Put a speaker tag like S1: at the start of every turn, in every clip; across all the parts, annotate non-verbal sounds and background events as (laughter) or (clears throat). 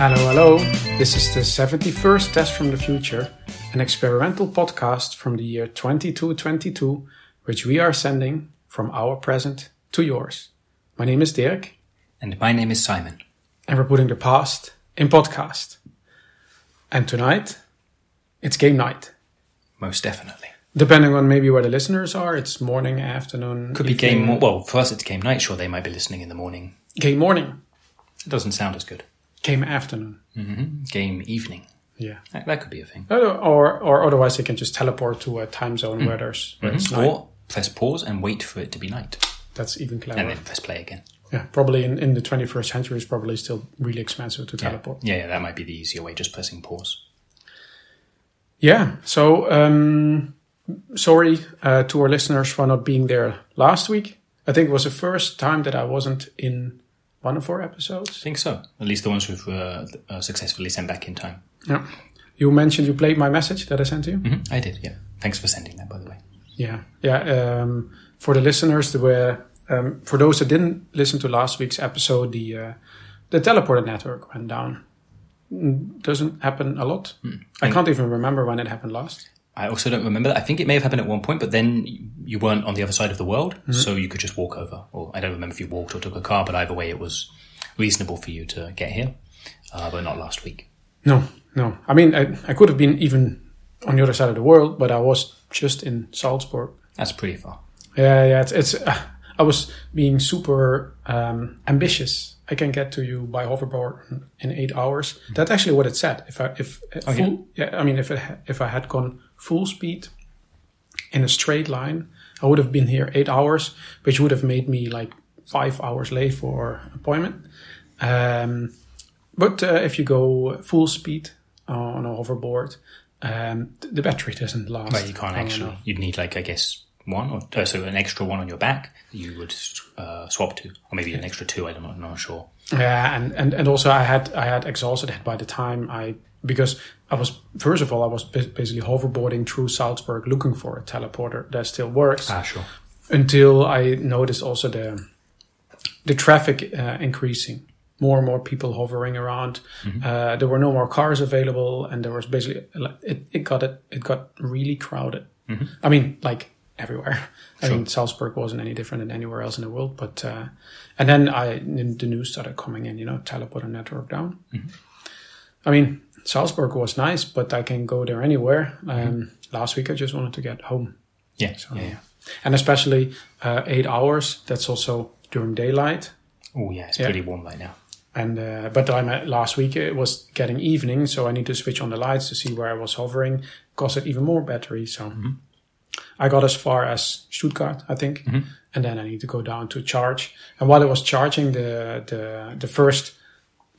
S1: Hello, hello. This is the 71st Test from the Future, an experimental podcast from the year 2222, which we are sending from our present to yours. My name is Dirk,
S2: And my name is Simon.
S1: and we're putting the past in podcast. And tonight, it's game night.
S2: Most definitely.
S1: Depending on maybe where the listeners are, it's morning, afternoon,
S2: Could be game.
S1: evening,
S2: mo- Well, for us, it's game night. Sure, they might be listening in the morning.
S1: game morning,
S2: It doesn't sound as good.
S1: game afternoon.
S2: hmm Game evening.
S1: Yeah.
S2: That, that could be a thing.
S1: Or, or or otherwise they can just teleport to a time zone where there's where it's night.
S2: Mm-hmm. Or press pause and wait for it to be night,
S1: That's even clever.
S2: and then press play again.
S1: Yeah, probably in, in the 21st century, it's probably still really expensive to teleport.
S2: Yeah, yeah, that might be the easier way. Just pressing pause.
S1: Yeah, so um, sorry uh, to our listeners for not being there last week. I think it was the first time that I wasn't in one of our
S2: I
S1: episodes.
S2: think so. At least the ones we've uh, uh, successfully sent back in time.
S1: Yeah. You mentioned you played my message that I sent to you.
S2: hmm I did. Yeah. Thanks for sending that, by the way.
S1: Yeah, yeah. Um, for the listeners, that were um, for those that didn't listen to last week's episode, the uh, the teleporter network went down. Mm, Doesn't happen a lot. I can't even remember when it happened last.
S2: I also don't remember. I think it may have happened at one point, but then you weren't on the other side of the world, so you could just walk over. Or I don't remember if you walked or took a car, but either way, it was reasonable for you to get here, uh, but not last week.
S1: No, no. I mean, I, I could have been even on the other side of the world, but I was just in Salzburg.
S2: That's pretty far.
S1: Yeah, yeah. It's, it's uh, I was being super um, ambitious. I can get to you by hoverboard in eight hours. That's actually what it said. If I if uh,
S2: Mm-hmm. Oh, yeah?
S1: full, yeah. I mean if it, ha- if I had gone full speed in a straight line, I would have been here eight hours, which would have made me like five hours late for appointment. Um, but uh, if you go full speed on a hoverboard, um, th- the battery doesn't last.
S2: But you can't
S1: long
S2: actually.
S1: enough.
S2: Um, You'd need like I guess one or uh, so an extra one on your back that you would uh, swap to, or maybe an extra two. I don't know. I'm not sure.
S1: Yeah, Uh, and, and, and also I had I had exhausted it by the time I because I was first of all I was ba- basically hoverboarding through Salzburg looking for a teleporter that still works
S2: Ah, sure.
S1: until I noticed also the the traffic uh, increasing. More and more people hovering around. Uh, there were no more cars available, and there was basically like, it, it got it, it got really crowded. I mean, like everywhere. I mean, Salzburg wasn't any different than anywhere else in the world. But uh, and then I the news started coming in. You know, teleporter network down. I mean, Salzburg was nice, but I can go there anywhere. Um, Last week, I just wanted to get home
S2: Yeah. yeah, yeah.
S1: and especially uh, eight hours. That's also during daylight.
S2: Oh yeah, it's pretty warm right now.
S1: And uh, but I'm at, last week it was getting evening, so I need to switch on the lights to see where I was hovering. Costed even more battery, so I got as far as Stuttgart, I think, and then I need to go down to charge. And while I was charging, the the the first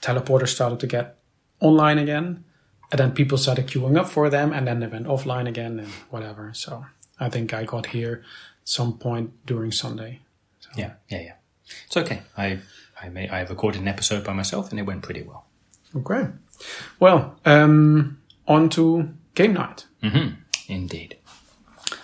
S1: teleporter started to get online again, and then people started queuing up for them, and then they went offline again and whatever. So I think I got here some point during Sunday.
S2: Yeah, yeah, yeah. It's okay. I I, may, I recorded an episode by myself, and it went pretty well.
S1: Okay. Well, um, on to game night.
S2: Mm-hmm. Indeed.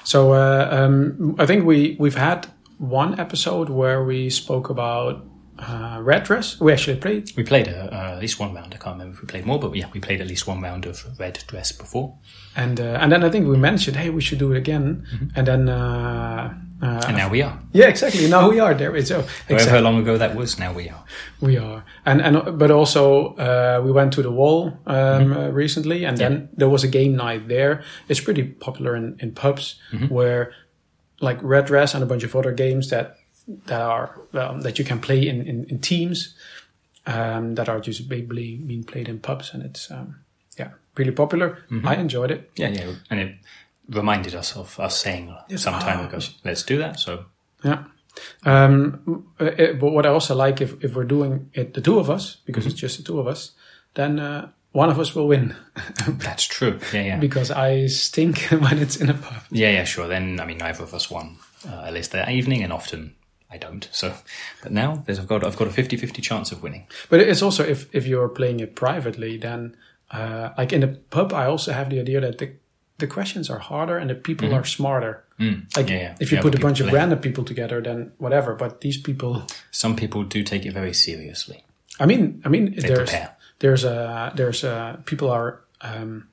S1: So uh, um, I think we we've had one episode where we spoke about uh, red dress. We actually played.
S2: We played uh, uh, at least one round. I can't remember if we played more, but yeah, we played at least one round of Red Dress before.
S1: and uh, and then I think we mentioned, hey, we should do it again. And then uh, uh,
S2: And now we are.
S1: yeah, exactly. Now we are there. It's oh,
S2: However
S1: exactly
S2: long ago that was, now we are.
S1: we are. And and but also uh, we went to the wall um, uh, recently, and then there was a game night there. It's pretty popular in in pubs where like red dress and a bunch of other games that that are well, that you can play in in, in teams um, that are just basically being played in pubs, and it's um, yeah, really popular. I enjoyed it.
S2: Yeah, yeah. And it reminded us of us saying uh, some time ago, let's do that. So
S1: Yeah. Um, uh, it- but what I also like, if, if we're doing it, the two of us, because it's just the two of us, then uh, one of us will win
S2: that's true. Yeah, yeah.
S1: because I stink (laughs) when it's in a pub.
S2: Yeah, yeah, sure. Then, I mean, neither of us won uh, at least that evening, and often I don't. So, but now there's, I've, got, I've got a 50 50 chance of winning.
S1: But it's also if, if you're playing it privately, then uh, like in a pub, I also have the idea that the, the questions are harder and the people are smarter. Like
S2: Mm-hmm. Mm. Yeah, yeah.
S1: if you
S2: Yeah,
S1: put a
S2: people
S1: bunch of
S2: play.
S1: random people together, then whatever. But these people,
S2: Some people do take it very seriously.
S1: I mean, I mean, there's
S2: prepare.
S1: there's a there's a people are um,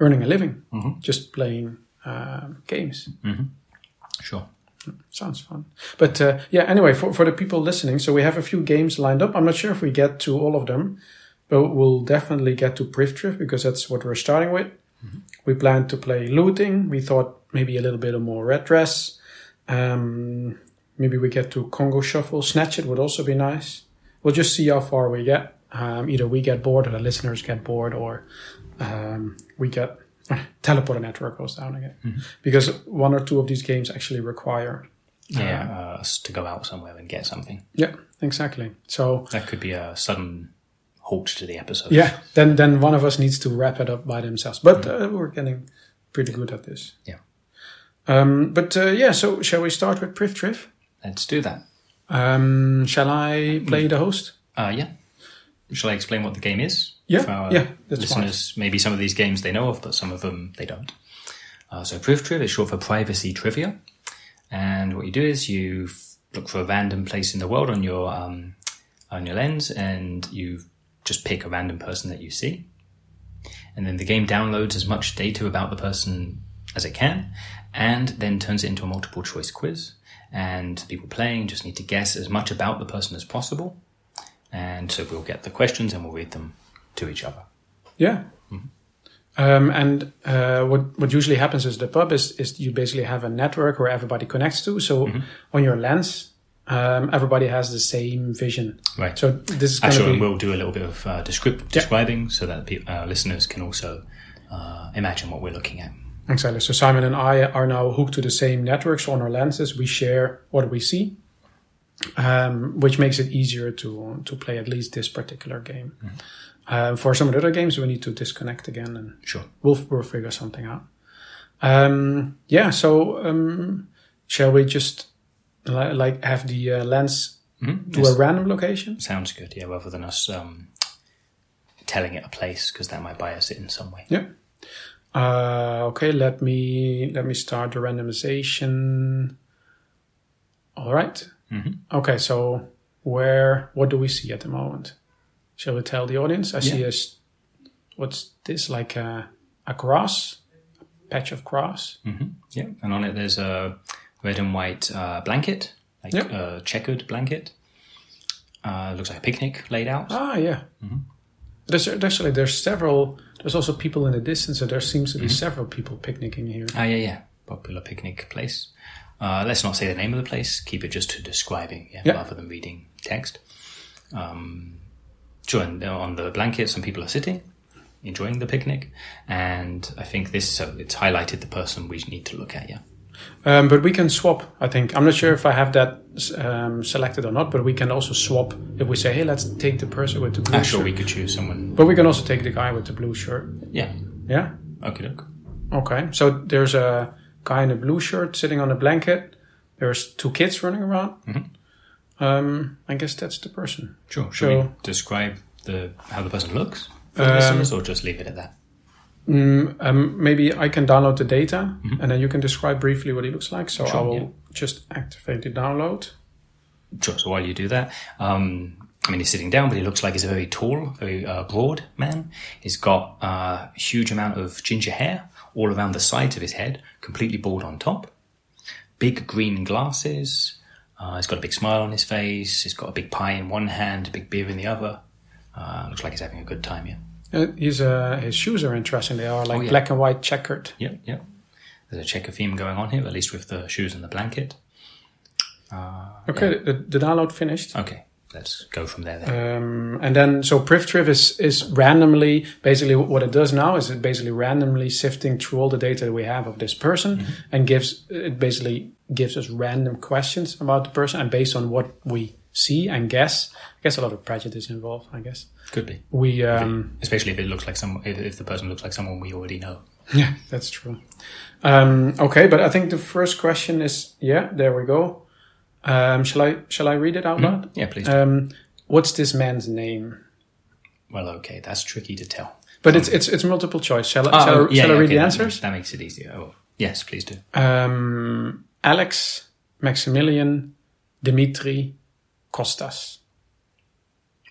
S1: earning a living
S2: Mm-hmm.
S1: just playing uh, games.
S2: Sure.
S1: Sounds fun. But uh, yeah, anyway, for, for the people listening, so we have a few games lined up. I'm not sure if we get to all of them, but we'll definitely get to Privtrif because that's what we're starting with. We plan to play Looting. We thought maybe a little bit of more Red Dress. Um, maybe we get to Congo Shuffle. Snatch It would also be nice. We'll just see how far we get. Um, either we get bored or the listeners get bored or um, we get (laughs) teleporter network goes down again because one or two of these games actually require
S2: Yeah, uh, us to go out somewhere and get something.
S1: yeah exactly so
S2: That could be a sudden halt to the episode.
S1: yeah then then one of us needs to wrap it up by themselves but uh, we're getting pretty good at this
S2: Yeah.
S1: um, but uh, yeah so shall we start with Priv Triv
S2: Let's do that.
S1: um, shall I play the host
S2: Uh, yeah. Shall I explain what the game is?
S1: Yeah,
S2: For our
S1: yeah, that's
S2: listeners, maybe some of these games they know of, but some of them they don't. Uh, so Priv Triv is short for Privacy Trivia. And what you do is you f- look for a random place in the world on your um, on your lens, and you just pick a random person that you see. And then the game downloads as much data about the person as it can, and then turns it into a multiple choice quiz. And the people playing just need to guess as much about the person as possible. And so we'll get the questions and we'll read them to each other.
S1: Yeah.
S2: Mm-hmm.
S1: Um, and uh, what what usually happens is the pub is is you basically have a network where everybody connects to. So
S2: Mm-hmm.
S1: on your lens, um, everybody has the same vision.
S2: Right.
S1: So this is going to
S2: Actually,
S1: be
S2: we'll do a little bit of uh, descrip- describing so that pe- our listeners can also uh, imagine what we're looking at.
S1: exactly. So Simon and I are now hooked to the same network. So on our lenses, we share what we see, um, which makes it easier to to play at least this particular game. Uh, for some of the other games, we need to disconnect again and
S2: Sure.
S1: we'll we'll figure something out. Um, yeah. So um, shall we just li- like have the uh, lens to
S2: yes.
S1: a random location?
S2: Sounds good, yeah, rather than us um, telling it a place because that might bias it in some way.
S1: Yeah. Uh, okay. Let me let me start the randomization. All right. Okay. So where what do we see at the moment? Shall we tell the audience? I see a s- what's this like a a grass, a patch of grass.
S2: Yeah, and on it there's a red and white uh, blanket, like
S1: Yep.
S2: a checkered blanket. Uh, looks like a picnic laid out.
S1: Ah, yeah. There's actually there's several. There's also people in the distance, so there seems to be several people picnicking here.
S2: Ah, yeah, yeah. Popular picnic place. Uh, let's not say the name of the place. Keep it just to describing, yeah,
S1: Yeah.
S2: rather than reading text. Um, sure, and uh, on the blanket, some people are sitting, enjoying the picnic, and I think this so it's highlighted the person we need to look at. Yeah,
S1: Um, but we can swap. I think I'm not sure if I have that s- um, selected or not. But we can also swap if we say, "Hey, let's take the person with the blue
S2: ah, sure,
S1: shirt."
S2: we could choose someone.
S1: But we can also take the guy with the blue shirt.
S2: Yeah,
S1: Yeah.
S2: okay, look.
S1: Okay. So there's a guy in a blue shirt sitting on a blanket. There's two kids running around.
S2: Mm-hmm.
S1: Um, I guess that's the person.
S2: Sure. Um, Should we
S1: So-
S2: describe the how the person looks for the listeners, or just leave it at that?
S1: Um, maybe I can download the data and then you can describe briefly what he looks like. So I will
S2: Mm-hmm. yeah.
S1: just activate the download.
S2: Sure. So while you do that, um, I mean, he's sitting down, but he looks like he's a very tall, very uh, broad man. He's got uh, a huge amount of ginger hair all around the sides of his head, completely bald on top. Big green glasses. Uh, he's got a big smile on his face. He's got a big pie in one hand, a big beer in the other. Uh, looks like he's having a good time. Yeah.
S1: Uh, he's, uh, his shoes are interesting. They are like
S2: Oh, yeah.
S1: black and white checkered.
S2: Yeah. Yeah. There's a checker theme going on here, at least with the shoes and the blanket.
S1: Okay. The, the download finished.
S2: Okay. Let's go from there. Then.
S1: Um, and then, so PrivTriv is, is randomly, basically what it does now is it basically randomly sifting through all the data we have of this person and gives, it basically gives us random questions about the person and based on what we see and guess, I guess a lot of prejudice involved, I guess.
S2: Could be.
S1: We, um, (laughs)
S2: Especially if it looks like some, if, if the person looks like someone we already know.
S1: yeah, that's true. Um, okay, but I think the first question is, yeah, there we go. Um, shall I, shall I read it out loud?
S2: Yeah, please.
S1: Um, what's this man's name?
S2: Well, okay, that's tricky to tell.
S1: But it's, it's, it's multiple choice. Shall,
S2: Ah,
S1: I shall, I- Uh, oh, shall I read the answers?
S2: That makes it easier. Oh, yes, please do.
S1: Um, Alex, Maximilian, Dimitri, Costas.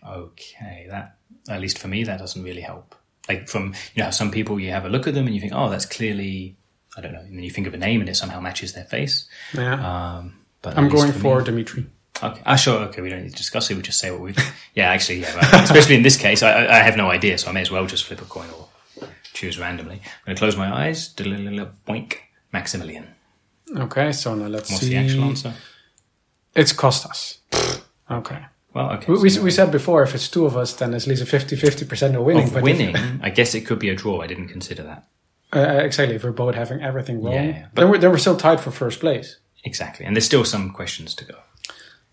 S2: Okay, that at least for me, that doesn't really help. Like from you know, some people you have a look at them and you think, oh, that's clearly I don't know, and then you think of a name and it somehow matches their face.
S1: Yeah.
S2: Um, but at
S1: I'm
S2: least
S1: going
S2: me-
S1: for Dimitri.
S2: Okay. Ah, sure. Okay. We don't need to discuss it. We just say what we. (laughs) Yeah, actually, yeah. Right. Especially in this case, I, I I have no idea, so I may as well just flip a coin or choose randomly. I'm going to close my eyes. Diddle-diddle-diddle, Boink. Maximilian.
S1: Okay, so now let's
S2: What's
S1: see.
S2: the actual answer?
S1: It's Costas. okay.
S2: Well, okay.
S1: We, we,
S2: so
S1: we said before if it's two of us, then it's at least a 50 50% of winning.
S2: of
S1: if-
S2: winning, I guess it could be a draw. I didn't consider that.
S1: uh, exactly. If we're both having everything wrong,
S2: Yeah, yeah, but-
S1: then, we're, then we're still tied for first place.
S2: Exactly. And there's still some questions to go.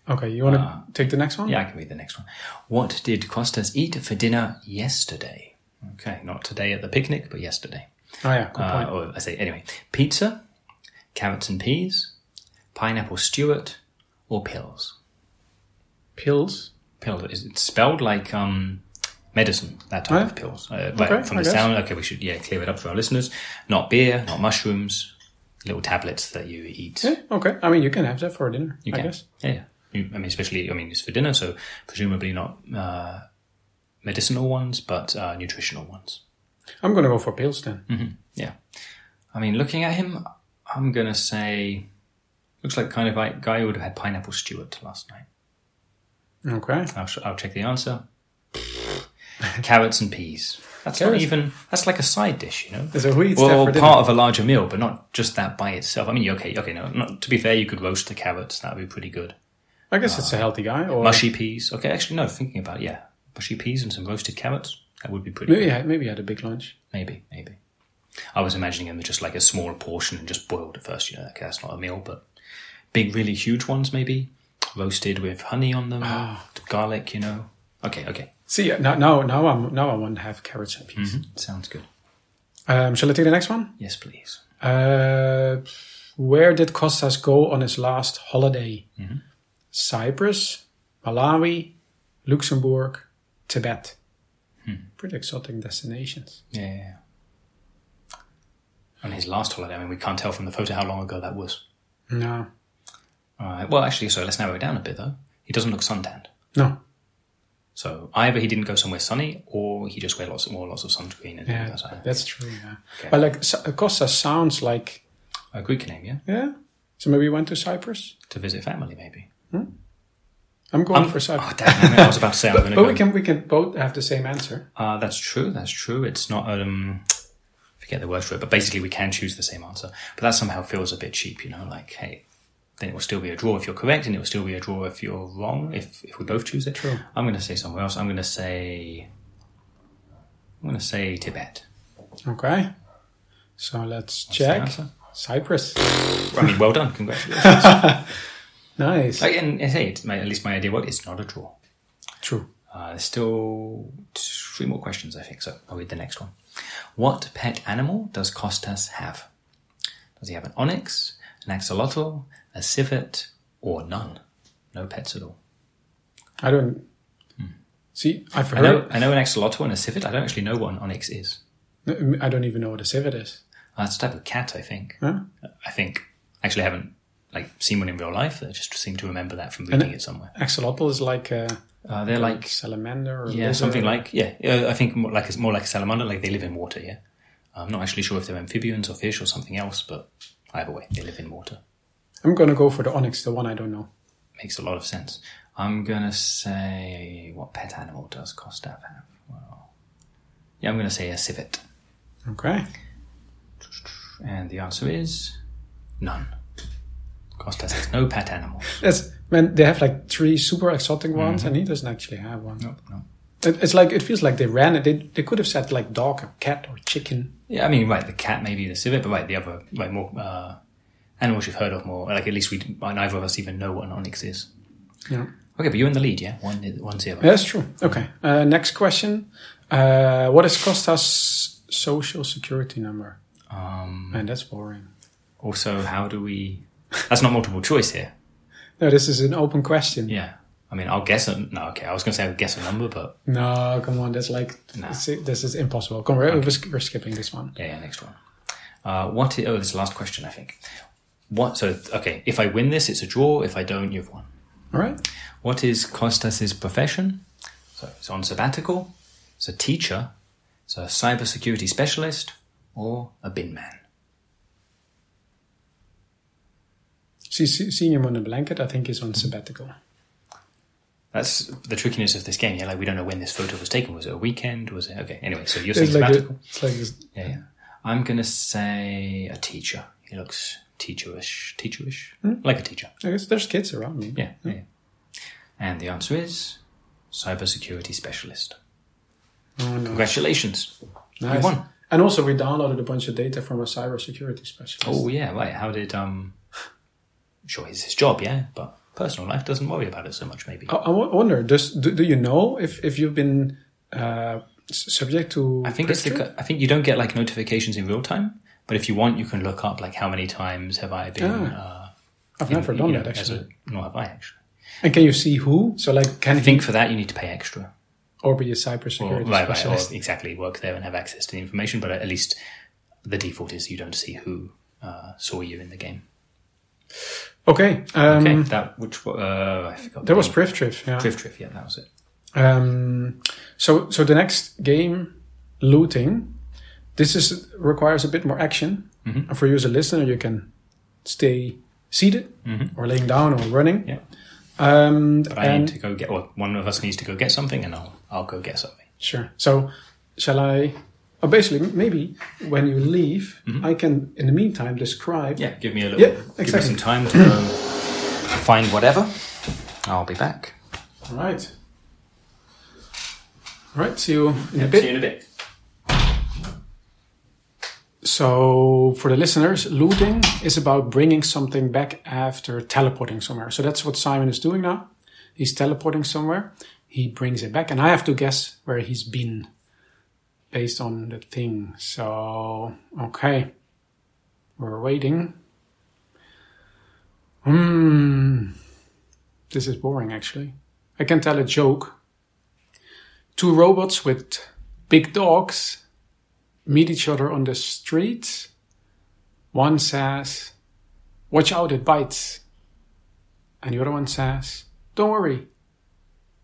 S1: Okay, you want to take the next one?
S2: Ah. Yeah, I can read the next one. What did Costas eat for dinner yesterday? Okay, not today at the picnic, but yesterday.
S1: Oh, yeah. Good
S2: Uh,
S1: point.
S2: or I say anyway, pizza, carrots and peas, pineapple Stewart, or pills.
S1: Pills.
S2: Pills. Is it spelled like um, medicine? That type
S1: Yeah.
S2: of pills. Uh, but
S1: Okay,
S2: from
S1: I
S2: the
S1: guess.
S2: sound, okay, we should yeah clear it up for our listeners. Not beer, not mushrooms. Little tablets that you eat.
S1: Yeah, Eh, okay. I mean, you can have that for dinner,
S2: You
S1: I
S2: can.
S1: guess.
S2: Yeah, yeah. You- I mean, especially I mean, it's for dinner, so presumably not uh, medicinal ones, but uh, nutritional ones.
S1: I'm going to go for pills then.
S2: Yeah. I mean, looking at him, I'm going to say, looks like kind of like guy who would have had pineapple Stewart last night.
S1: Okay.
S2: I'll, sh- I'll check
S1: (laughs)
S2: the answer. Carrots and peas. That's not
S1: Carrots.
S2: even, that's like a side dish, you know?
S1: So who eats
S2: Well,
S1: that for
S2: part
S1: dinner?
S2: of a larger meal, but not just that by itself. I mean, okay, okay, no. Not, to be fair, you could roast the carrots. That would be pretty good.
S1: I guess it's a healthy guy. Or
S2: Mushy peas. Okay, actually, no, thinking about it, yeah. Mushy peas and some roasted carrots. That would be pretty good.
S1: maybe, yeah, maybe he had a big lunch.
S2: Maybe, maybe. I was imagining them just like a small portion and just boiled at first. You know, okay, that's not a meal, but big, really huge ones maybe, roasted with honey on them, garlic. You know. Okay, okay,
S1: See, yeah, now, now, now, I'm, now I want to have carrots and peas.
S2: Mm-hmm. sounds good.
S1: Um, shall I take the next one?
S2: Yes, please.
S1: Uh, where did Costas go on his last holiday? Cyprus, Malawi, Luxembourg, Tibet. Pretty exotic destinations.
S2: Yeah, yeah, yeah. On his last holiday, I mean, we can't tell from the photo how long ago that was.
S1: No,
S2: All right. Well, actually, so let's narrow it down a bit though. He doesn't look suntanned.
S1: no,
S2: So either he didn't go somewhere sunny, or he just wear lots of more lots of sunscreen and
S1: yeah,
S2: things like that.
S1: that's true. Yeah, but like S- Costas sounds like
S2: A Greek name, yeah,
S1: yeah. So maybe he went to Cyprus.
S2: to visit family maybe.
S1: I'm going for
S2: Oh,
S1: Cyprus.
S2: damn! I was about to say I'm going to
S1: but
S2: go
S1: we can we can both have the same answer.
S2: Uh, that's true. That's true. It's not. Um, I forget the word for it, but basically we can choose the same answer. But that somehow feels a bit cheap, you know. Like, hey, then it will still be a draw if you're correct, and it will still be a draw if you're wrong. If if we both choose it,
S1: True.
S2: I'm going to say somewhere else. I'm going to say. I'm going to say Tibet.
S1: Okay. So let's
S2: Is that
S1: check
S2: the answer?
S1: Cyprus.
S2: I mean, well done.
S1: (laughs)
S2: Congratulations.
S1: Nice.
S2: Like, and and hey, it's my, at least my idea worked. It's not a draw.
S1: True.
S2: Uh, there's still three more questions, I think. So I'll read the next one. What pet animal does Costas have? Does he have an onyx, an axolotl, a civet, or none? No pets at all.
S1: I don't see. I've
S2: Hmm. I know,
S1: heard.
S2: I know an axolotl and a civet. I don't actually know what an onyx is.
S1: N- I don't even know what a civet is.
S2: Uh, it's a type of cat, I think.
S1: Huh?
S2: I think. Actually, I haven't like seen one in real life. I just seem to remember that from reading it somewhere.
S1: Axolotl is like a
S2: Uh, they're like
S1: salamander or
S2: Yeah,
S1: lizard.
S2: something like yeah. Uh, I think more like it's more like a salamander, like they live in water. Yeah, I'm not actually sure if they're amphibians or fish or something else, but either way, they live in water.
S1: I'm gonna go for the onyx, the one I don't know.
S2: Makes a lot of sense. I'm gonna say what pet animal does Costav have? Well, yeah, I'm gonna say a civet,
S1: Okay.
S2: and the answer is none. Costav has no pet animal.
S1: That's man. They have like three super exotic ones, and he doesn't actually have one.
S2: Mm-hmm. No, no.
S1: It, it's like it feels like they ran it. They, they could have said like dog or cat or chicken.
S2: Yeah, I mean, right, the cat maybe the civet, but right, the other right more uh, animals you've heard of more. Like at least we neither of us even know what an onyx is.
S1: Yeah.
S2: Okay, but you're in the lead, yeah? One, one zero.
S1: That's true. Okay. Uh, next question. Uh, what is Costa's social security number?
S2: Um,
S1: Man, that's boring.
S2: also, how do we? That's not multiple choice here.
S1: No, this is an open question.
S2: Yeah. I mean, I'll guess a no. Okay, I was going to say I'll guess a number, but
S1: No, come on. That's like
S2: No.
S1: this is- this is impossible. Come, we're, we're sk- we're skipping this one.
S2: yeah, yeah next one. Uh, what? i- oh, this is the last question, I think. What? So, okay, if I win this, it's a draw. If I don't, you've won.
S1: All right.
S2: What is Costas' profession? So, he's on sabbatical. It's a teacher, it's a cybersecurity specialist, or a bin man.
S1: See, see- seeing him on a blanket, I think, is on sabbatical.
S2: That's the trickiness of this game. Yeah, like we don't know when this photo was taken. Was it a weekend? Was it okay? Anyway, so you're saying
S1: It's like,
S2: sabbatical.
S1: the, it's like this.
S2: Yeah, yeah. I'm gonna say a teacher. He looks teacherish, teacherish,
S1: Hmm?
S2: like a teacher.
S1: I guess there's kids around me.
S2: Yeah, yeah. And the answer is cybersecurity specialist.
S1: Oh, no.
S2: Congratulations,
S1: Nice.
S2: you won.
S1: And also, we downloaded a bunch of data from a cybersecurity specialist.
S2: Oh yeah, right. How did um? Sure, it's his job, yeah, but personal life doesn't worry about it so much, maybe.
S1: I, I wo- wonder, does, do, do you know if, if you've been uh, s- subject to.
S2: I think it's the, I think you don't get like notifications in real time, but if you want, you can look up like how many times have I been. Uh,
S1: Oh. I've never
S2: you
S1: done
S2: know,
S1: that,
S2: as
S1: actually.
S2: a- nor have I actually.
S1: And can you see who? So, like, can
S2: I
S1: he
S2: think for that you need to pay extra.
S1: or be a
S2: Or,
S1: cybersecurity
S2: right, right, or
S1: specialist?
S2: exactly work there and have access to the information, but at least the default is you don't see who uh, saw you in the game.
S1: Okay. Um,
S2: Okay, that which uh, I forgot.
S1: That was Priv Trif, yeah.
S2: Drift Drift. Yeah, that was it.
S1: Um, so, so the next game, looting, this is requires a bit more action.
S2: Mm-hmm.
S1: And for you as a listener, you can stay seated or laying down or running.
S2: Mm-hmm. Yeah.
S1: Um,
S2: But I
S1: and
S2: need to go get. Well, one of us needs to go get something, and I'll I'll go get something.
S1: sure. So, shall I? Oh, basically, maybe when you leave, I can, in the meantime, describe.
S2: Mm-hmm. Yeah, give me a little.
S1: Yeah,
S2: Give me
S1: exactly.
S2: some time to go find whatever. I'll be back.
S1: All right. All right. See you in a bit.
S2: See you in a bit.
S1: So, for the listeners, looting is about bringing something back after teleporting somewhere. So, that's what Simon is doing now. He's teleporting somewhere, he brings it back, and I have to guess where he's been based on the thing. So, okay, we're waiting. Hmm, this is boring actually. I can tell a joke. Two robots with big dogs meet each other on the street. One says, Watch out, it bites. And the other one says, Don't worry,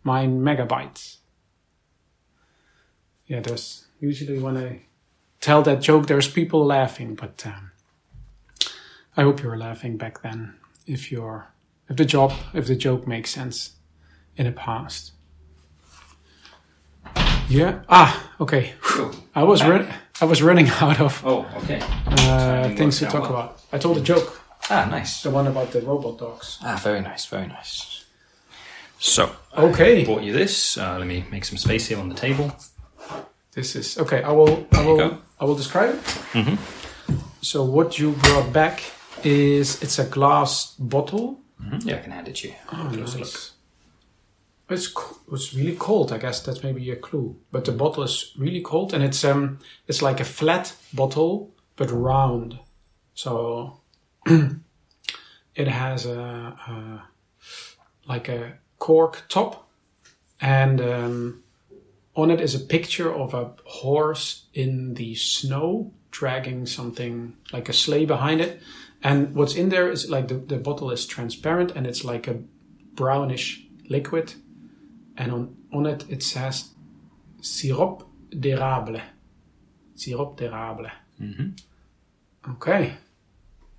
S1: mine megabytes. Yeah, there's usually when I tell that joke, there's people laughing, but um, I hope you're laughing back then if you're if the job if the joke makes sense in the past. Yeah. Ah, okay. I was run- I was running (laughs) out of
S2: Oh, okay.
S1: uh,
S2: Timing
S1: things to
S2: worked out
S1: talk
S2: well.
S1: about. I told a joke,
S2: Ah, nice.
S1: the one about the robot dogs.
S2: Ah, very nice. Very nice. So,
S1: Okay,
S2: bought you this. Uh, let me make some space here on the table.
S1: this is okay. I will I
S2: you
S1: will
S2: go. Mm-hmm.
S1: I will describe it. So what you brought back is it's a glass bottle.
S2: Yeah, I can hand it to you.
S1: Oh,
S2: Have a closer look.
S1: It's co- it's really cold. I guess that's maybe a clue. But the bottle is really cold, and it's um it's like a flat bottle but round. So (clears throat) it has a, a like a cork top, and um, on it is a picture of a horse in the snow dragging something like a sleigh behind it. And what's in there is like the, the bottle is transparent and it's like a brownish liquid, and on, on it it says sirop d'érable. Sirop d'érable. Okay,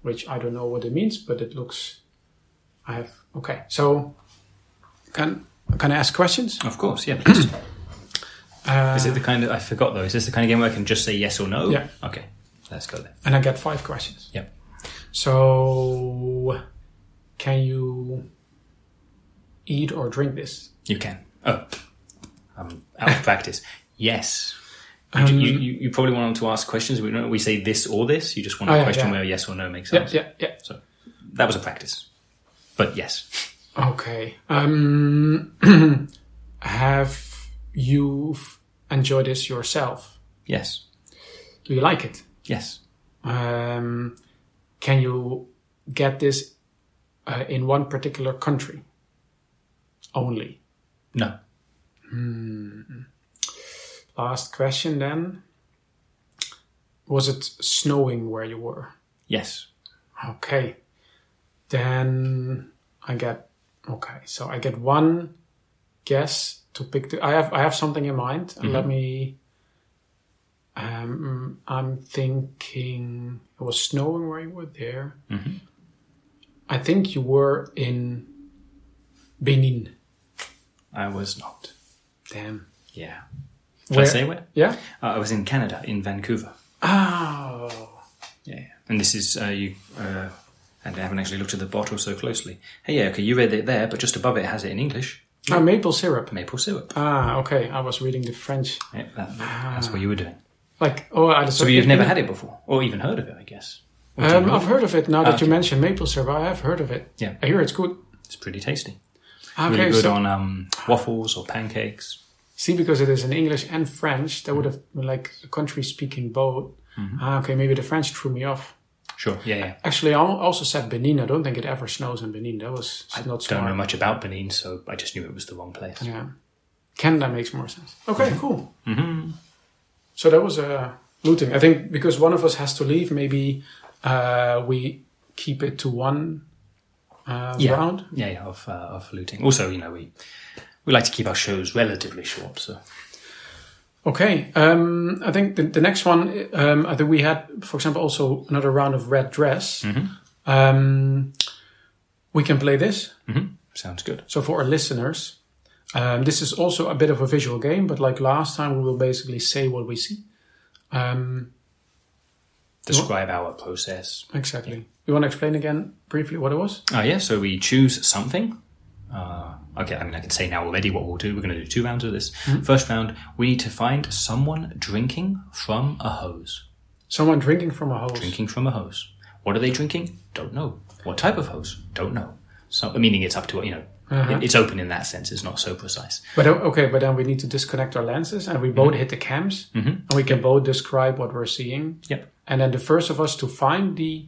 S1: which I don't know what it means, but it looks. I have okay. So, can can I ask questions?
S2: Of course, yeah.
S1: (clears throat)
S2: please.
S1: Uh,
S2: is it the kind of I forgot though? Is this the kind of game where I can just say yes or no?
S1: Yeah.
S2: Okay, let's go there.
S1: and I get five questions.
S2: Yep.
S1: So, can you eat or drink this?
S2: You can. Oh, I'm
S1: (laughs)
S2: out of practice. Yes.
S1: Um,
S2: You, do- you, you, you probably want to ask questions. We don't. We say this or this. You just want
S1: Oh,
S2: a
S1: yeah,
S2: question
S1: yeah.
S2: where yes or no makes
S1: Yeah,
S2: sense.
S1: yeah, yeah.
S2: So that was a practice. But yes,
S1: Okay. Um, (clears throat) have you f- enjoyed this yourself?
S2: yes,
S1: Do you like it?
S2: yes.
S1: Um, can you get this uh, in one particular country only?
S2: No.
S1: Last question then. Was it snowing where you were?
S2: Yes.
S1: Okay. Then I get okay. So I get one guess to pick. The, I have I have something in mind. Let
S2: Mm-hmm.
S1: me. Um, I'm thinking it was snowing where you were there.
S2: Mm-hmm.
S1: I think you were in Benin.
S2: I was not.
S1: Damn.
S2: Yeah. Should
S1: Where?
S2: I say where?
S1: Yeah.
S2: Uh, I was in Canada, in Vancouver.
S1: Oh.
S2: Yeah. And this is uh, you. Uh, and I haven't actually looked at the bottle so closely. Hey, yeah, okay, you read it there, but just above it has it in English.
S1: Ah, maple syrup.
S2: Maple syrup.
S1: Ah, okay. I was reading the French.
S2: Yeah, that- that's what you were doing.
S1: Like, oh, I
S2: So you've never had it before, or even heard of it, I guess. Or do you
S1: Um,
S2: know?
S1: I've heard of it now that
S2: okay.
S1: you mentioned maple syrup. I have heard of it.
S2: Yeah.
S1: I hear it's good.
S2: It's pretty tasty.
S1: Okay,
S2: Really good
S1: so
S2: on um, waffles or pancakes.
S1: see, because it is in English and French, that would have been like a country speaking boat.
S2: Mm-hmm.
S1: Ah, okay, maybe the French threw me off.
S2: Sure. Yeah, yeah.
S1: Actually, I al- also said Benin. I don't think it ever snows in Benin. That was s- not
S2: Don't know
S1: smart.
S2: much about Benin, so I just knew it was the wrong place.
S1: Yeah, Canada makes more sense. Okay, cool. Mm-hmm. So that was uh, looting. I think because one of us has to leave, maybe uh, we keep it to one uh,
S2: yeah.
S1: round.
S2: Yeah, yeah, of, uh, of looting. Also, you know, we we like to keep our shows relatively short, so
S1: Okay, um, I think the, the next one, um, I think we had, for example, also another round of red dress. Um, we can play this.
S2: sounds good.
S1: So for our listeners, um, this is also a bit of a visual game, but like last time, we will basically say what we see. Um,
S2: Describe our process.
S1: exactly. You want to explain again briefly what it was?
S2: Oh, yeah, so we choose something. Uh, okay, I mean, I can say now already what we'll do. We're going to do two rounds of this. First round, we need to find someone drinking from a hose.
S1: Someone drinking from a hose.
S2: drinking from a hose. What are they drinking? Don't know. What type of hose? Don't know. So, meaning it's up to you know, it- it's open in that sense. It's not so precise.
S1: But uh, okay, but then we need to disconnect our lenses, and we both hit the cams, and we can both describe what we're seeing.
S2: Yep,
S1: and then the first of us to find the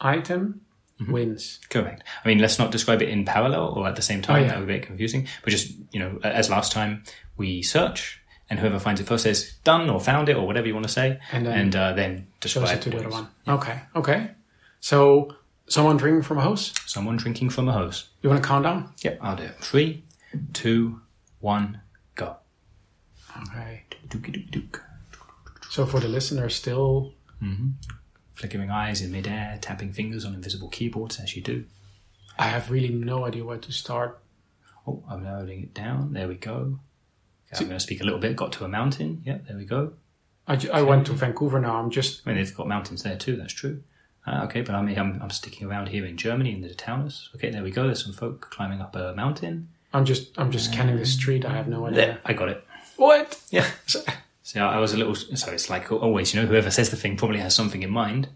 S1: item wins.
S2: correct. I mean, let's not describe it in parallel or at the same time.
S1: Oh, yeah.
S2: That would be a bit confusing. But just you know, a- as last time, we search, and whoever finds it first says done or found it or whatever you want to say,
S1: And
S2: and
S1: then
S2: then, uh, then
S1: Goes
S2: describe
S1: it to the
S2: what
S1: other
S2: it is.
S1: one. Okay, okay. So someone drinking from a hose.
S2: Someone drinking from a hose.
S1: You want to count down?
S2: Yep, I'll do it. Three, two, one, go.
S1: Okay.
S2: Dookie dookie dook.
S1: So for the listener, still
S2: Flickering eyes in midair, tapping fingers on invisible keyboards as you do.
S1: I have really no idea where to start.
S2: Oh, I'm loading it down. There we go. Okay, I'm going to speak a little bit. Got to a mountain. Yep, there we go.
S1: I, ju- I went to Vancouver now. I'm just
S2: I mean, they've got mountains there too. That's true. Uh, okay, but I'm, I'm I'm sticking around here in Germany in the Taunus. Okay, there we go. There's some folk climbing up a mountain.
S1: I'm just I'm just scanning Mm. the street. I have no idea.
S2: There, I got it.
S1: What? (laughs)
S2: Yeah. So, so I was a little. So it's like always, you know, whoever says the thing probably has something in mind.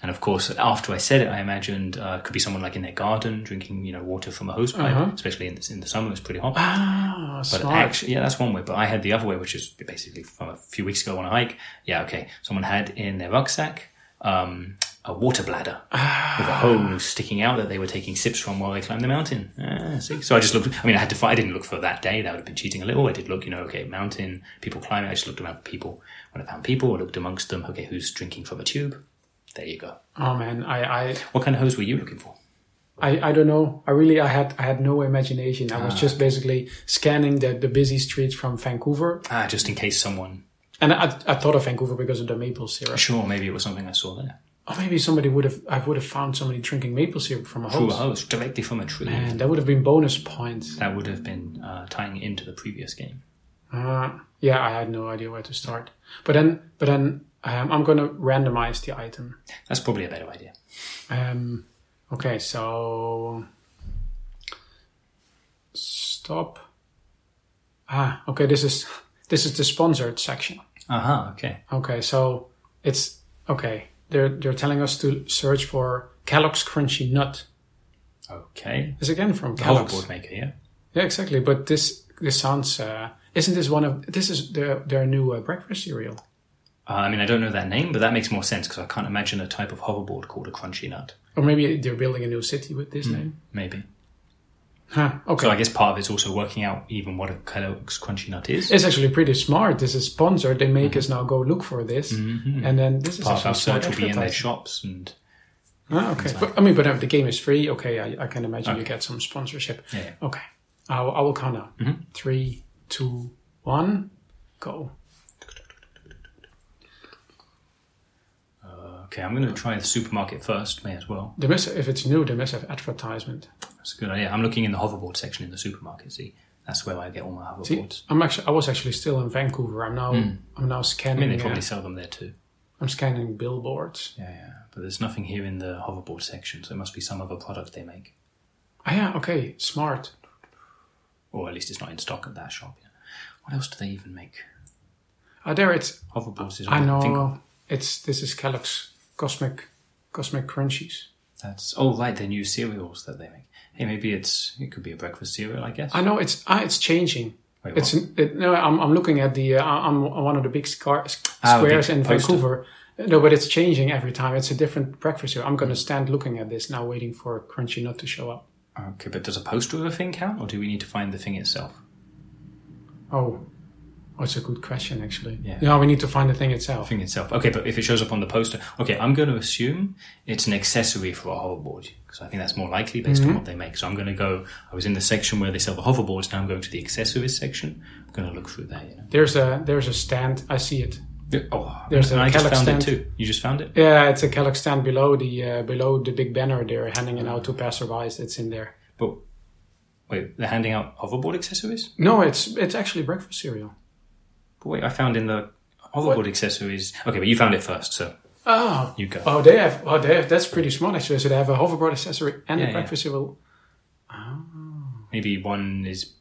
S2: And of course, after I said it, I imagined uh, it could be someone like in their garden drinking, you know, water from a hose pipe, especially in the, in the summer. It's pretty hot.
S1: Ah,
S2: But
S1: smart.
S2: actually, yeah, that's one way. But I had the other way, which is basically from a few weeks ago on a hike. Yeah, okay. Someone had in their rucksack um, a water bladder with a hose sticking out that they were taking sips from while they climbed the mountain. Ah, see? So I just looked. I mean, I had to. Find, I didn't look for that day. That would have been cheating a little. I did look. You know, okay, mountain people climbing. I just looked around for people. When I found people, I looked amongst them. Okay, who's drinking from a tube? There you go.
S1: oh man, I, I
S2: What kind of hose were you looking for?
S1: I I don't know. I really I had I had no imagination. I was just basically scanning the the busy streets from Vancouver
S2: Ah, just in case someone.
S1: And I, I thought of Vancouver because of the maple syrup.
S2: Sure, maybe it was something I saw there.
S1: Or maybe somebody would have, I would have found somebody drinking maple syrup from a
S2: Through a
S1: hose.
S2: hose directly from a tree.
S1: And that would have been bonus points.
S2: that would have been uh, tying into the previous game.
S1: Uh, yeah, I had no idea where to start. But then, but then um, I'm going to randomize the item.
S2: That's probably a better idea.
S1: Um, okay, so stop. Ah, okay. This is (laughs) this is the sponsored section.
S2: Aha, okay.
S1: Okay, so it's okay. They're they're telling us to search for Kellogg's Crunchy Nut.
S2: Okay.
S1: It's again from
S2: The
S1: Kellogg's.
S2: hoverboard maker, yeah?
S1: Yeah, exactly. But this this sounds uh, isn't this one of this is their their new uh, breakfast cereal?
S2: Uh, I mean, I don't know that name, but that makes more sense because I can't imagine a type of hoverboard called a crunchy nut.
S1: Or maybe they're building a new city with
S2: Hmm.
S1: this name.
S2: Maybe.
S1: Huh, okay,
S2: So I guess part of it's also working out even what a Kellogg's crunchy nut is.
S1: it's actually pretty smart. This is sponsored. They make us now go look for this, and then this is
S2: Mm-hmm. Part of
S1: actually
S2: our search
S1: smart
S2: will be in their
S1: advertising.
S2: shops and.
S1: Ah, okay, but, I mean, but if the game is free, okay, I, I can imagine you get some sponsorship.
S2: Yeah. Mm-hmm.
S1: Okay, I, will- I will count down. Three, two, one, go.
S2: Okay, I'm going to try the supermarket first. May as well.
S1: They must, if it's new, they must have advertisement.
S2: That's a good idea. I'm looking in the hoverboard section in the supermarket. See, that's where I get all my hoverboards.
S1: I'm actually, I was actually still in Vancouver. I'm now, I'm now
S2: I mean,
S1: scanning.
S2: Hmm. they probably
S1: uh,
S2: sell them there too.
S1: I'm scanning billboards.
S2: Yeah, yeah. But there's nothing here in the hoverboard section, so it must be some other product they make,
S1: Ah, yeah, okay, smart.
S2: or at least it's not in stock at that shop. yeah. What else do they even make?
S1: Ah, there it's.
S2: Hoverboards is all
S1: I
S2: can think of.
S1: know. It's this is Kellogg's Cosmic Cosmic Crunchies.
S2: That's oh right, the new cereals that they make. Hey, maybe it's it could be a breakfast cereal, I guess.
S1: I know it's ah, it's changing.
S2: Wait,
S1: It's an, it, no, I'm, I'm looking at the uh, I'm on one of the big scar, s-
S2: Ah, the
S1: squares in
S2: poster.
S1: Vancouver. No, but it's changing every time. It's a different breakfast. here. I'm going to stand looking at this now, waiting for Crunchy Nut to show up.
S2: what? okay, but does a poster of a thing count, or do we need to find the thing itself?
S1: Oh, oh, it's a good question actually.
S2: Yeah.
S1: No, we need to find the thing itself.
S2: Thing itself. Okay, but if it shows up on the poster, okay, I'm going to assume it's an accessory for a hoverboard because I think that's more likely based
S1: Mm-hmm.
S2: on what they make. So I'm going to go. I was in the section where they sell the hoverboards. Now I'm going to the accessories section. I'm going to look through there. You know.
S1: There's a there's a stand. I see it.
S2: Oh,
S1: There's
S2: and
S1: a
S2: I just
S1: Kellogg's stand.
S2: found it too. You just found it.
S1: Yeah, it's a Kellogg stand below the uh, below the big banner. They're handing it out to passerbys. It's in there.
S2: But wait, they're handing out hoverboard accessories.
S1: No, it's it's actually breakfast cereal.
S2: But wait, I found in the hoverboard accessories. Okay, but you found it first, so
S1: Oh,
S2: you go.
S1: oh, they have. Oh, they have. That's pretty smart actually. So they have a hoverboard accessory and
S2: Yeah,
S1: a
S2: yeah.
S1: breakfast cereal.
S2: Maybe one is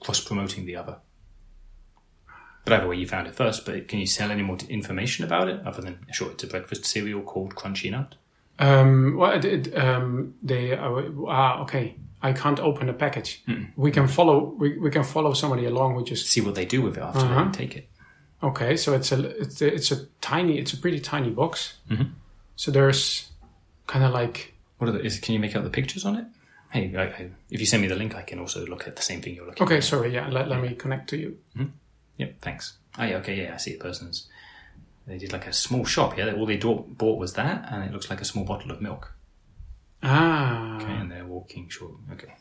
S2: cross promoting the other. But either way, you found it first. But can you sell any more t- information about it other than sure it's a breakfast cereal called Crunchy Nut?
S1: Um, well, it, it, um, they are, ah, okay. I can't open the package.
S2: Hmm.
S1: We can follow. We, we can follow somebody along. We just
S2: See what they do with it after
S1: Uh-huh.
S2: they take it.
S1: okay. So it's a it's a, it's a tiny. It's a pretty tiny box.
S2: Mm-hmm.
S1: So there's kind of like
S2: What are the, is, can you make out the pictures on it? Hey, I, I, if you send me the link, I can also look at the same thing you're looking.
S1: okay. Sorry. Yeah. Let, let me connect to you.
S2: at. Yep, thanks. Oh yeah, okay, yeah, I see the person's. They did like a small shop. Yeah, all they bought bought was that, and it looks like a small bottle of milk.
S1: Ah.
S2: Okay, and they're walking short. Okay.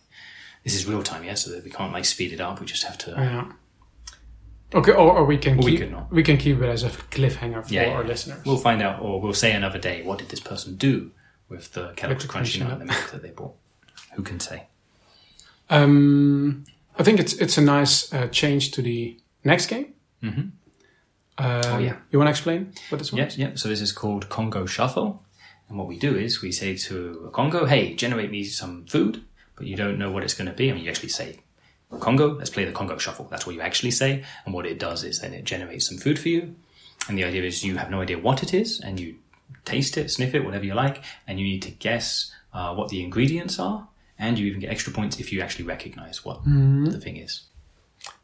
S2: This is real time, yeah, so that we can't like speed it up. We just have to.
S1: Yeah. Okay. Or, or we can
S2: Or we
S1: keep
S2: could not.
S1: we can keep it as a cliffhanger for
S2: Yeah, yeah,
S1: our
S2: yeah.
S1: listeners.
S2: We'll find out, or we'll say another day. What did this person do with the Kellogg's
S1: With the
S2: Crunchy
S1: Crunchy
S2: Nut and the milk that they bought? Who can say?
S1: Um, I think it's it's a nice uh, change to the next game. Mm-hmm.
S2: Oh, yeah.
S1: You want to explain what this one?
S2: Yep, yep. So this is called Congo Shuffle, and what we do is we say to a Congo, "Hey, generate me some food," but you don't know what it's going to be. I mean, you actually say, "Congo, let's play the Congo Shuffle." That's what you actually say, and what it does is then it generates some food for you. And the idea is you have no idea what it is, and you taste it, sniff it, whatever you like, and you need to guess uh, what the ingredients are, and you even get extra points if you actually recognize what the thing is.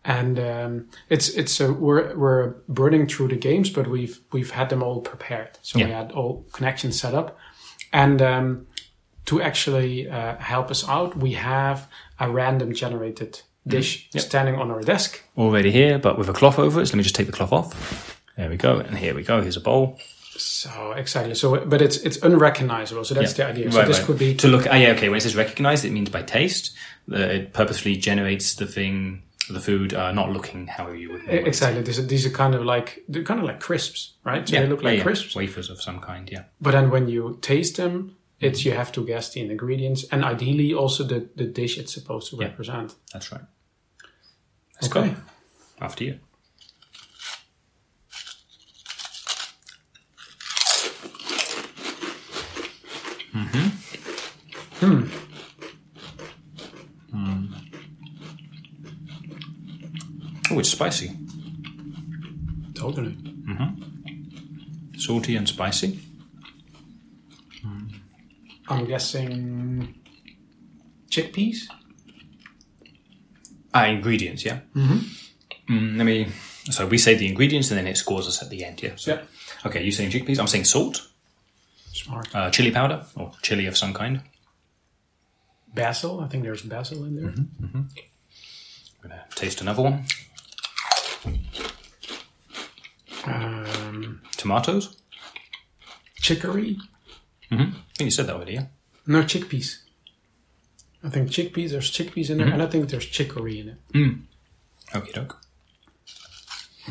S1: And um, it's it's a, we're we're burning through the games, but we've we've had them all prepared, so we
S2: Yeah.
S1: had all connections set up. And um, to actually uh, help us out, we have a random generated
S2: Mm-hmm.
S1: dish standing on our desk.
S2: Already here, but with a cloth over it. So let me just take the cloth off. There we go, and here we go. Here's a bowl.
S1: So exactly. So, but it's it's unrecognizable. So that's the idea. So
S2: Right,
S1: this
S2: right.
S1: could be
S2: to look. Oh, yeah, okay. When it says recognized, it means by taste. Uh, it purposefully generates the thing, the food, uh, not looking how you would. normally-
S1: Exactly. These are, these are kind of like they're kind of like crisps, right? So they look like
S2: yeah, yeah.
S1: crisps.
S2: wafers of some kind. Yeah,
S1: But then when you taste them, it's you have to guess the ingredients and ideally also the, the dish it's supposed to represent.
S2: that's right. Let's
S1: Okay.
S2: go. After you.
S1: Hmm.
S2: Hmm. Mm-hmm. Oh, it's spicy.
S1: Totally.
S2: salty and spicy.
S1: I'm guessing chickpeas.
S2: Ah, ingredients, yeah. Mm-hmm. Mm, let me. So we say the ingredients, and then it scores us at the end, yeah. So,
S1: Yeah.
S2: Okay, you're saying chickpeas. I'm saying salt,
S1: Smart.
S2: uh, chili powder, or chili of some kind.
S1: Basil. I think there's basil in there.
S2: I'm gonna taste another one.
S1: Um,
S2: Tomatoes.
S1: chicory.
S2: I think you said that already, yeah.
S1: No chickpeas. I think chickpeas. There's chickpeas in there, and I think there's chicory in it.
S2: Okie doke.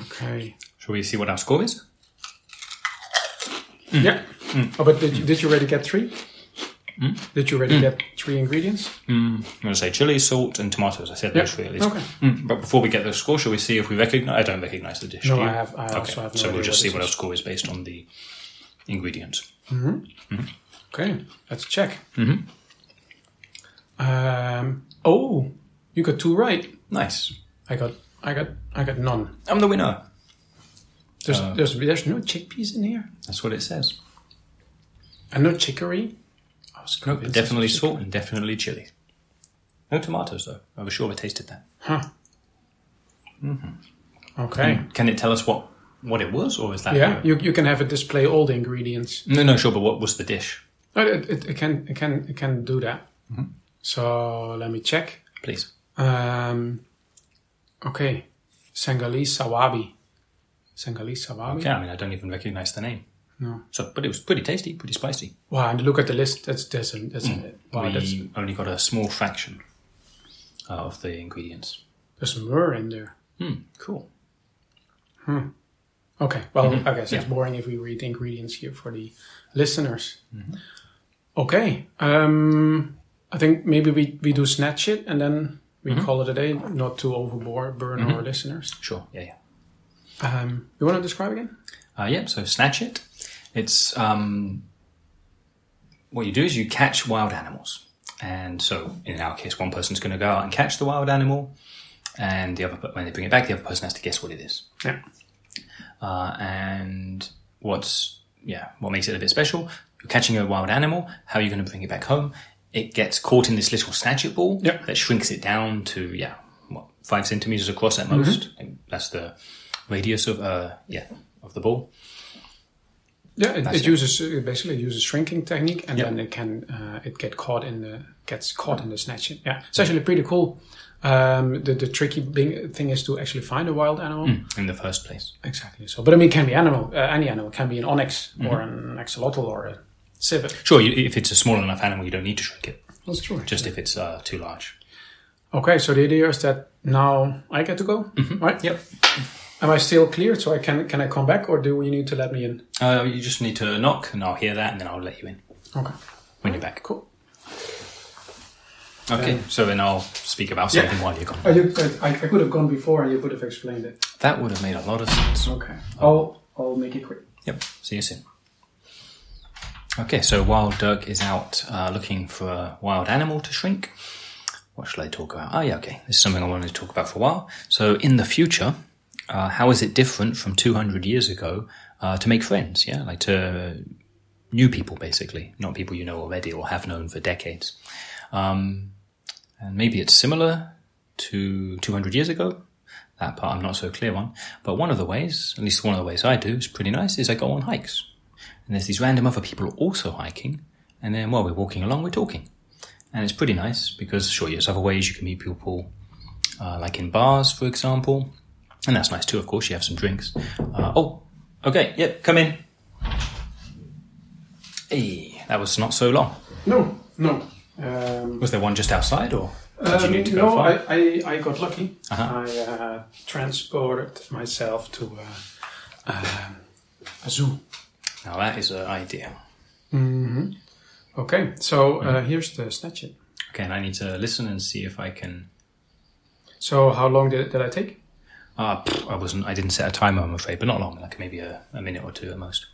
S1: Okay.
S2: Shall we see what our score is?
S1: Yeah. Oh, but did you, did you already get three? Did you already get three ingredients?
S2: I'm going to say chili, salt, and tomatoes. I said those three at least.
S1: Okay.
S2: Mm, but before we get the score, shall we see if we recognize? I don't recognize the dish.
S1: No,
S2: do you?
S1: I have- I
S2: okay.
S1: also have no
S2: so we'll
S1: idea
S2: just
S1: what
S2: see
S1: this
S2: what our
S1: is.
S2: score is based on the ingredients.
S1: Okay, let's check.
S2: Mm-hmm.
S1: Um, oh, you got two right.
S2: Nice.
S1: I got, I got, I got none.
S2: I'm the winner.
S1: There's,
S2: Uh,
S1: there's, there's no chickpeas in here,
S2: That's what it says.
S1: and no chicory. I was
S2: Nope,
S1: convinced
S2: definitely
S1: it's-
S2: salt and definitely chili. No tomatoes though. I was sure I tasted that.
S1: Huh.
S2: Mm-hmm.
S1: Okay.
S2: Can it tell us what what it was, or is that
S1: Yeah, you, you can have it display all the ingredients.
S2: No, no, sure. But what was the dish,
S1: But it, it, it can it can it can do that.
S2: Mm-hmm.
S1: So let me check.
S2: please?
S1: Um, okay, Sengalese sawabi. Sengalese sawabi.
S2: Yeah, I mean, I don't even recognize the name.
S1: No.
S2: So, but it was pretty tasty, pretty spicy.
S1: Wow, and look at the list. That's that's a, that's a, wow.
S2: we
S1: That's,
S2: only got a small fraction uh, of the ingredients.
S1: there's myrrh in there.
S2: Hmm. Cool.
S1: Okay, well, I guess it's
S2: Yeah.
S1: boring if we read the ingredients here for the listeners. Okay, um, I think maybe we we do snatch it and then we call it a day, not to overboard burn our listeners.
S2: Sure. Yeah. Yeah.
S1: Um, you want to describe again?
S2: Uh, yeah, so snatch it. It's um, what you do is you catch wild animals, and so in our case, one person's going to go out and catch the wild animal, and the other per- when they bring it back, the other person has to guess what it is.
S1: Yeah.
S2: Uh, and what's yeah, what makes it a bit special? You're catching a wild animal. How are you going to bring it back home? It gets caught in this little snatch it ball
S1: Yep.
S2: that shrinks it down to yeah, what, five centimeters across at most. And that's the radius of uh, yeah of the ball.
S1: Yeah, it, it uses uh, basically it uses shrinking technique, and then it can uh, it get caught in the gets caught in the snatching. Yeah, it's actually pretty cool. Um, the the tricky bing- thing is to actually find a wild animal.
S2: in the first place.
S1: Exactly. So, but I mean, it can be animal, uh, any animal. It can be an onyx or an axolotl or a civet.
S2: Sure, you, if it's a small enough animal, you don't need to shrink it.
S1: That's true.
S2: Just if it's uh, too large.
S1: Okay, so the idea is that now I get to go, right?
S2: Yep.
S1: Am I still cleared? So I can can I come back, or do you need to let me in?
S2: Uh, you just need to knock, and I'll hear that, and then I'll let you in
S1: Okay.
S2: when you're back.
S1: Cool.
S2: Okay. so then I'll speak about
S1: Yeah.
S2: something while you're gone.
S1: Oh, you, I, I could have gone before, and you would have explained it.
S2: That would have made a lot of sense.
S1: Okay. I'll I'll make it quick.
S2: Yep. See you soon. Okay, so while Dirk is out uh, looking for a wild animal to shrink, what shall I talk about? Oh, yeah, okay. This is something I wanted to talk about for a while. So, in the future, uh, how is it different from 200 years ago uh, to make friends? Yeah, like to new people, basically, not people you know already or have known for decades. Um, and maybe it's similar to 200 years ago. That part I'm not so clear on. But one of the ways, at least one of the ways I do, is pretty nice, is I go on hikes. And there's these random other people also hiking. And then while we're walking along, we're talking. And it's pretty nice because, sure, there's other ways you can meet people, uh, like in bars, for example. And that's nice too, of course. You have some drinks. Uh, oh, okay. Yep, come in. Hey, that was not so long.
S1: No, no. Um,
S2: Was there one just outside, or did
S1: um,
S2: you need to go
S1: no,
S2: far? Uh-huh.
S1: I, I, I got lucky. I uh, transported myself to uh, um a zoo.
S2: Now that is an idea.
S1: Okay, so uh,
S2: Mm-hmm.
S1: here's the snatch it.
S2: Okay, and I need to listen and see if I can.
S1: So how long did, did I take?
S2: Ah, pff, I wasn't. I didn't set a timer, I'm afraid, but not long. Like maybe a, a minute or two at most.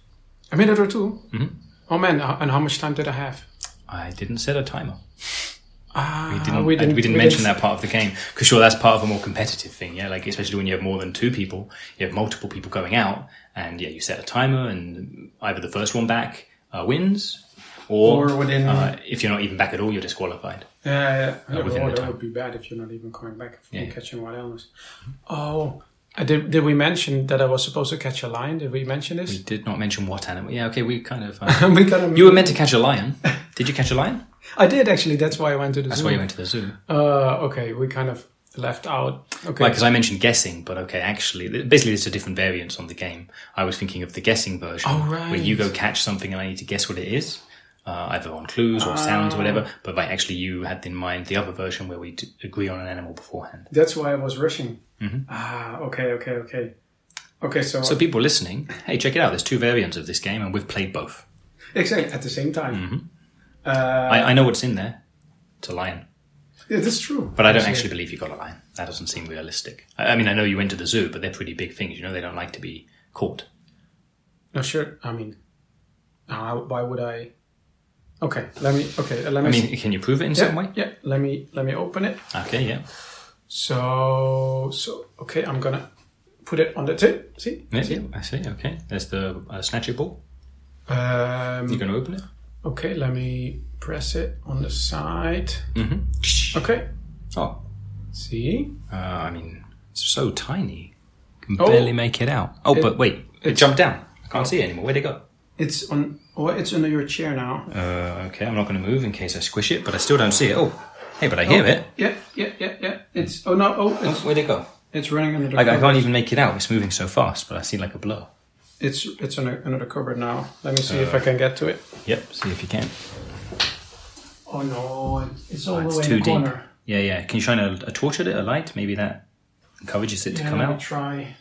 S1: A minute or 2
S2: Mm-hmm.
S1: Oh man, ho- and how much time did I have?
S2: I didn't set a timer.
S1: Ah,
S2: Didn't, I- we didn't, mention that part of the game because sure, that's part of a more competitive thing. Yeah, like especially when you have more than two people, you have multiple people going out, and yeah, you set a timer, and either the first one back uh, wins, or,
S1: Or within-
S2: uh, if you're not even back at all, you're disqualified.
S1: Yeah, yeah. yeah
S2: within
S1: well,
S2: the
S1: that
S2: time.
S1: would be bad if you're not even coming back from
S2: Yeah. Mm-hmm.
S1: catching wild animals. Oh, uh, did, did we mention that I was supposed to catch a lion? Did we mention
S2: We
S1: this?
S2: did not mention what animal. Yeah, okay, we kind of. Uh,
S1: (laughs)
S2: (laughs)
S1: We got a-
S2: you were meant to catch a lion. Did you catch a lion?
S1: I did actually. That's why I went to the
S2: That's
S1: zoo.
S2: why you went to the zoo.
S1: Uh, okay, we kind of left out. Okay,
S2: Because I mentioned guessing, but okay, actually, th- basically, it's a different variance on the game. I was thinking of the guessing version,
S1: Oh, right.
S2: where you go catch something and I need to guess what it is. uh, either on clues or sounds or
S1: Ah.
S2: whatever. But by actually, you had in mind the other version where we d- agree on an animal beforehand.
S1: That's why I was rushing. Ah, okay, okay, okay. Okay, so,
S2: Mm-hmm. So people listening, hey, check it out. There's two variants of this game, and we've played both.
S1: exactly at the same time.
S2: Mm-hmm.
S1: Uh,
S2: I, I know what's in there. It's a lion,
S1: yeah, that's true.
S2: but I don't
S1: Yes,
S2: actually believe you got a lion. That doesn't seem realistic. I, I mean, I know you went to the zoo, but they're pretty big things. You know, they don't like to be caught.
S1: No, sure. I mean, uh, why would I? Okay, let me. Okay, let me. s-
S2: I mean, can you prove it in some way?
S1: yeah, yeah. Let me. Let me open it.
S2: Okay, yeah,
S1: So, so okay, I'm gonna put it on the tip. See.
S2: yeah, yeah. I see. Okay, there's the uh, snatcher ball.
S1: Um,
S2: You going to open it?
S1: okay, let me press it on the side.
S2: Mm-hmm.
S1: Okay.
S2: Oh,
S1: See.
S2: uh, I mean, it's so tiny. Can
S1: Oh.
S2: barely make it out. Oh, but wait, it jumped down. I can't see it anymore. Where'd it go?
S1: It's on. Oh, it's under your chair now.
S2: Uh, okay, I'm not going to move in case I squish it, but I still don't see it. Oh, hey, but I hear it.
S1: Yeah, yeah, yeah, yeah. It's oh no, oh
S2: Oh,
S1: it's
S2: Where'd it go?
S1: it's running under the.
S2: Like, I
S1: cupboard.
S2: can't even make it out. It's moving so fast, but I see like a blur.
S1: It's it's under, under the cupboard now. Let me see if I
S2: Uh.
S1: can get to it.
S2: Yep. See if you can.
S1: Oh no, it's all
S2: It's
S1: the way
S2: too
S1: in the
S2: deep.
S1: corner.
S2: Yeah, yeah. Can you shine a, a torch at it, a light? Maybe that encourages it to
S1: Yeah,
S2: come
S1: let me
S2: out.
S1: Try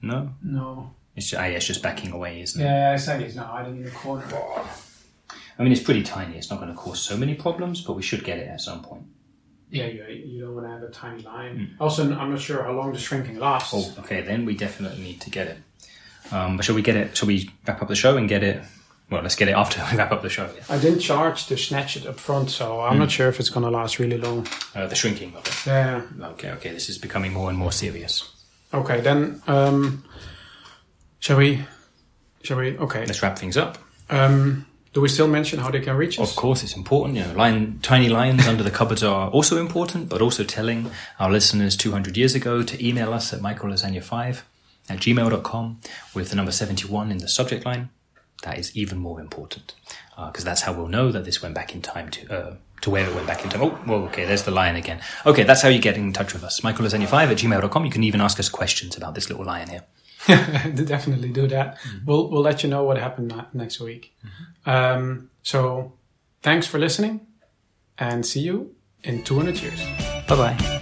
S2: No.
S1: no.
S2: It's just, ah, yeah, it's just backing away, isn't it?
S1: Yeah, exactly. It's not hiding in the corner.
S2: I mean, it's pretty tiny. It's not going to cause so many problems, but we should get it at some point.
S1: Yeah, you, you don't want to have a tiny line. Also, I'm not sure how long the shrinking lasts.
S2: Hmm. Oh, okay. Then we definitely need to get it. Um, but shall we get it? Shall we wrap up the show and get it? Well, let's get it after (laughs) we wrap up the show. Yeah.
S1: I didn't charge to snatch it up front, so
S2: Hmm.
S1: I'm not sure if it's gonna last really long.
S2: Uh, the shrinking of it.
S1: Yeah.
S2: Okay, okay. This is becoming more and more serious.
S1: Okay, then. Um, shall we? Shall we? Okay.
S2: Let's wrap things up.
S1: Um, do we still mention how they can reach us?
S2: Of course, it's important. You know, lion, tiny lions under the cupboards are also important, but also telling our listeners 200 years ago to email us at michaellasagna5 at gmail.com with the number 71 in the subject line. That is even more important because that's how we'll know that this went back in time to. Uh, to where it went back in time. Oh, well, okay, there's the lion again. Okay, that's how you get in touch with us. MichaelLasagna5 at gmail.com. You can even ask us questions about this little lion here.
S1: (laughs) Definitely do that.
S2: Hmm.
S1: We'll we'll let you know what happened na- next week.
S2: Mm-hmm.
S1: Um, so, thanks for listening, and see you in 200 years.
S2: Bye bye.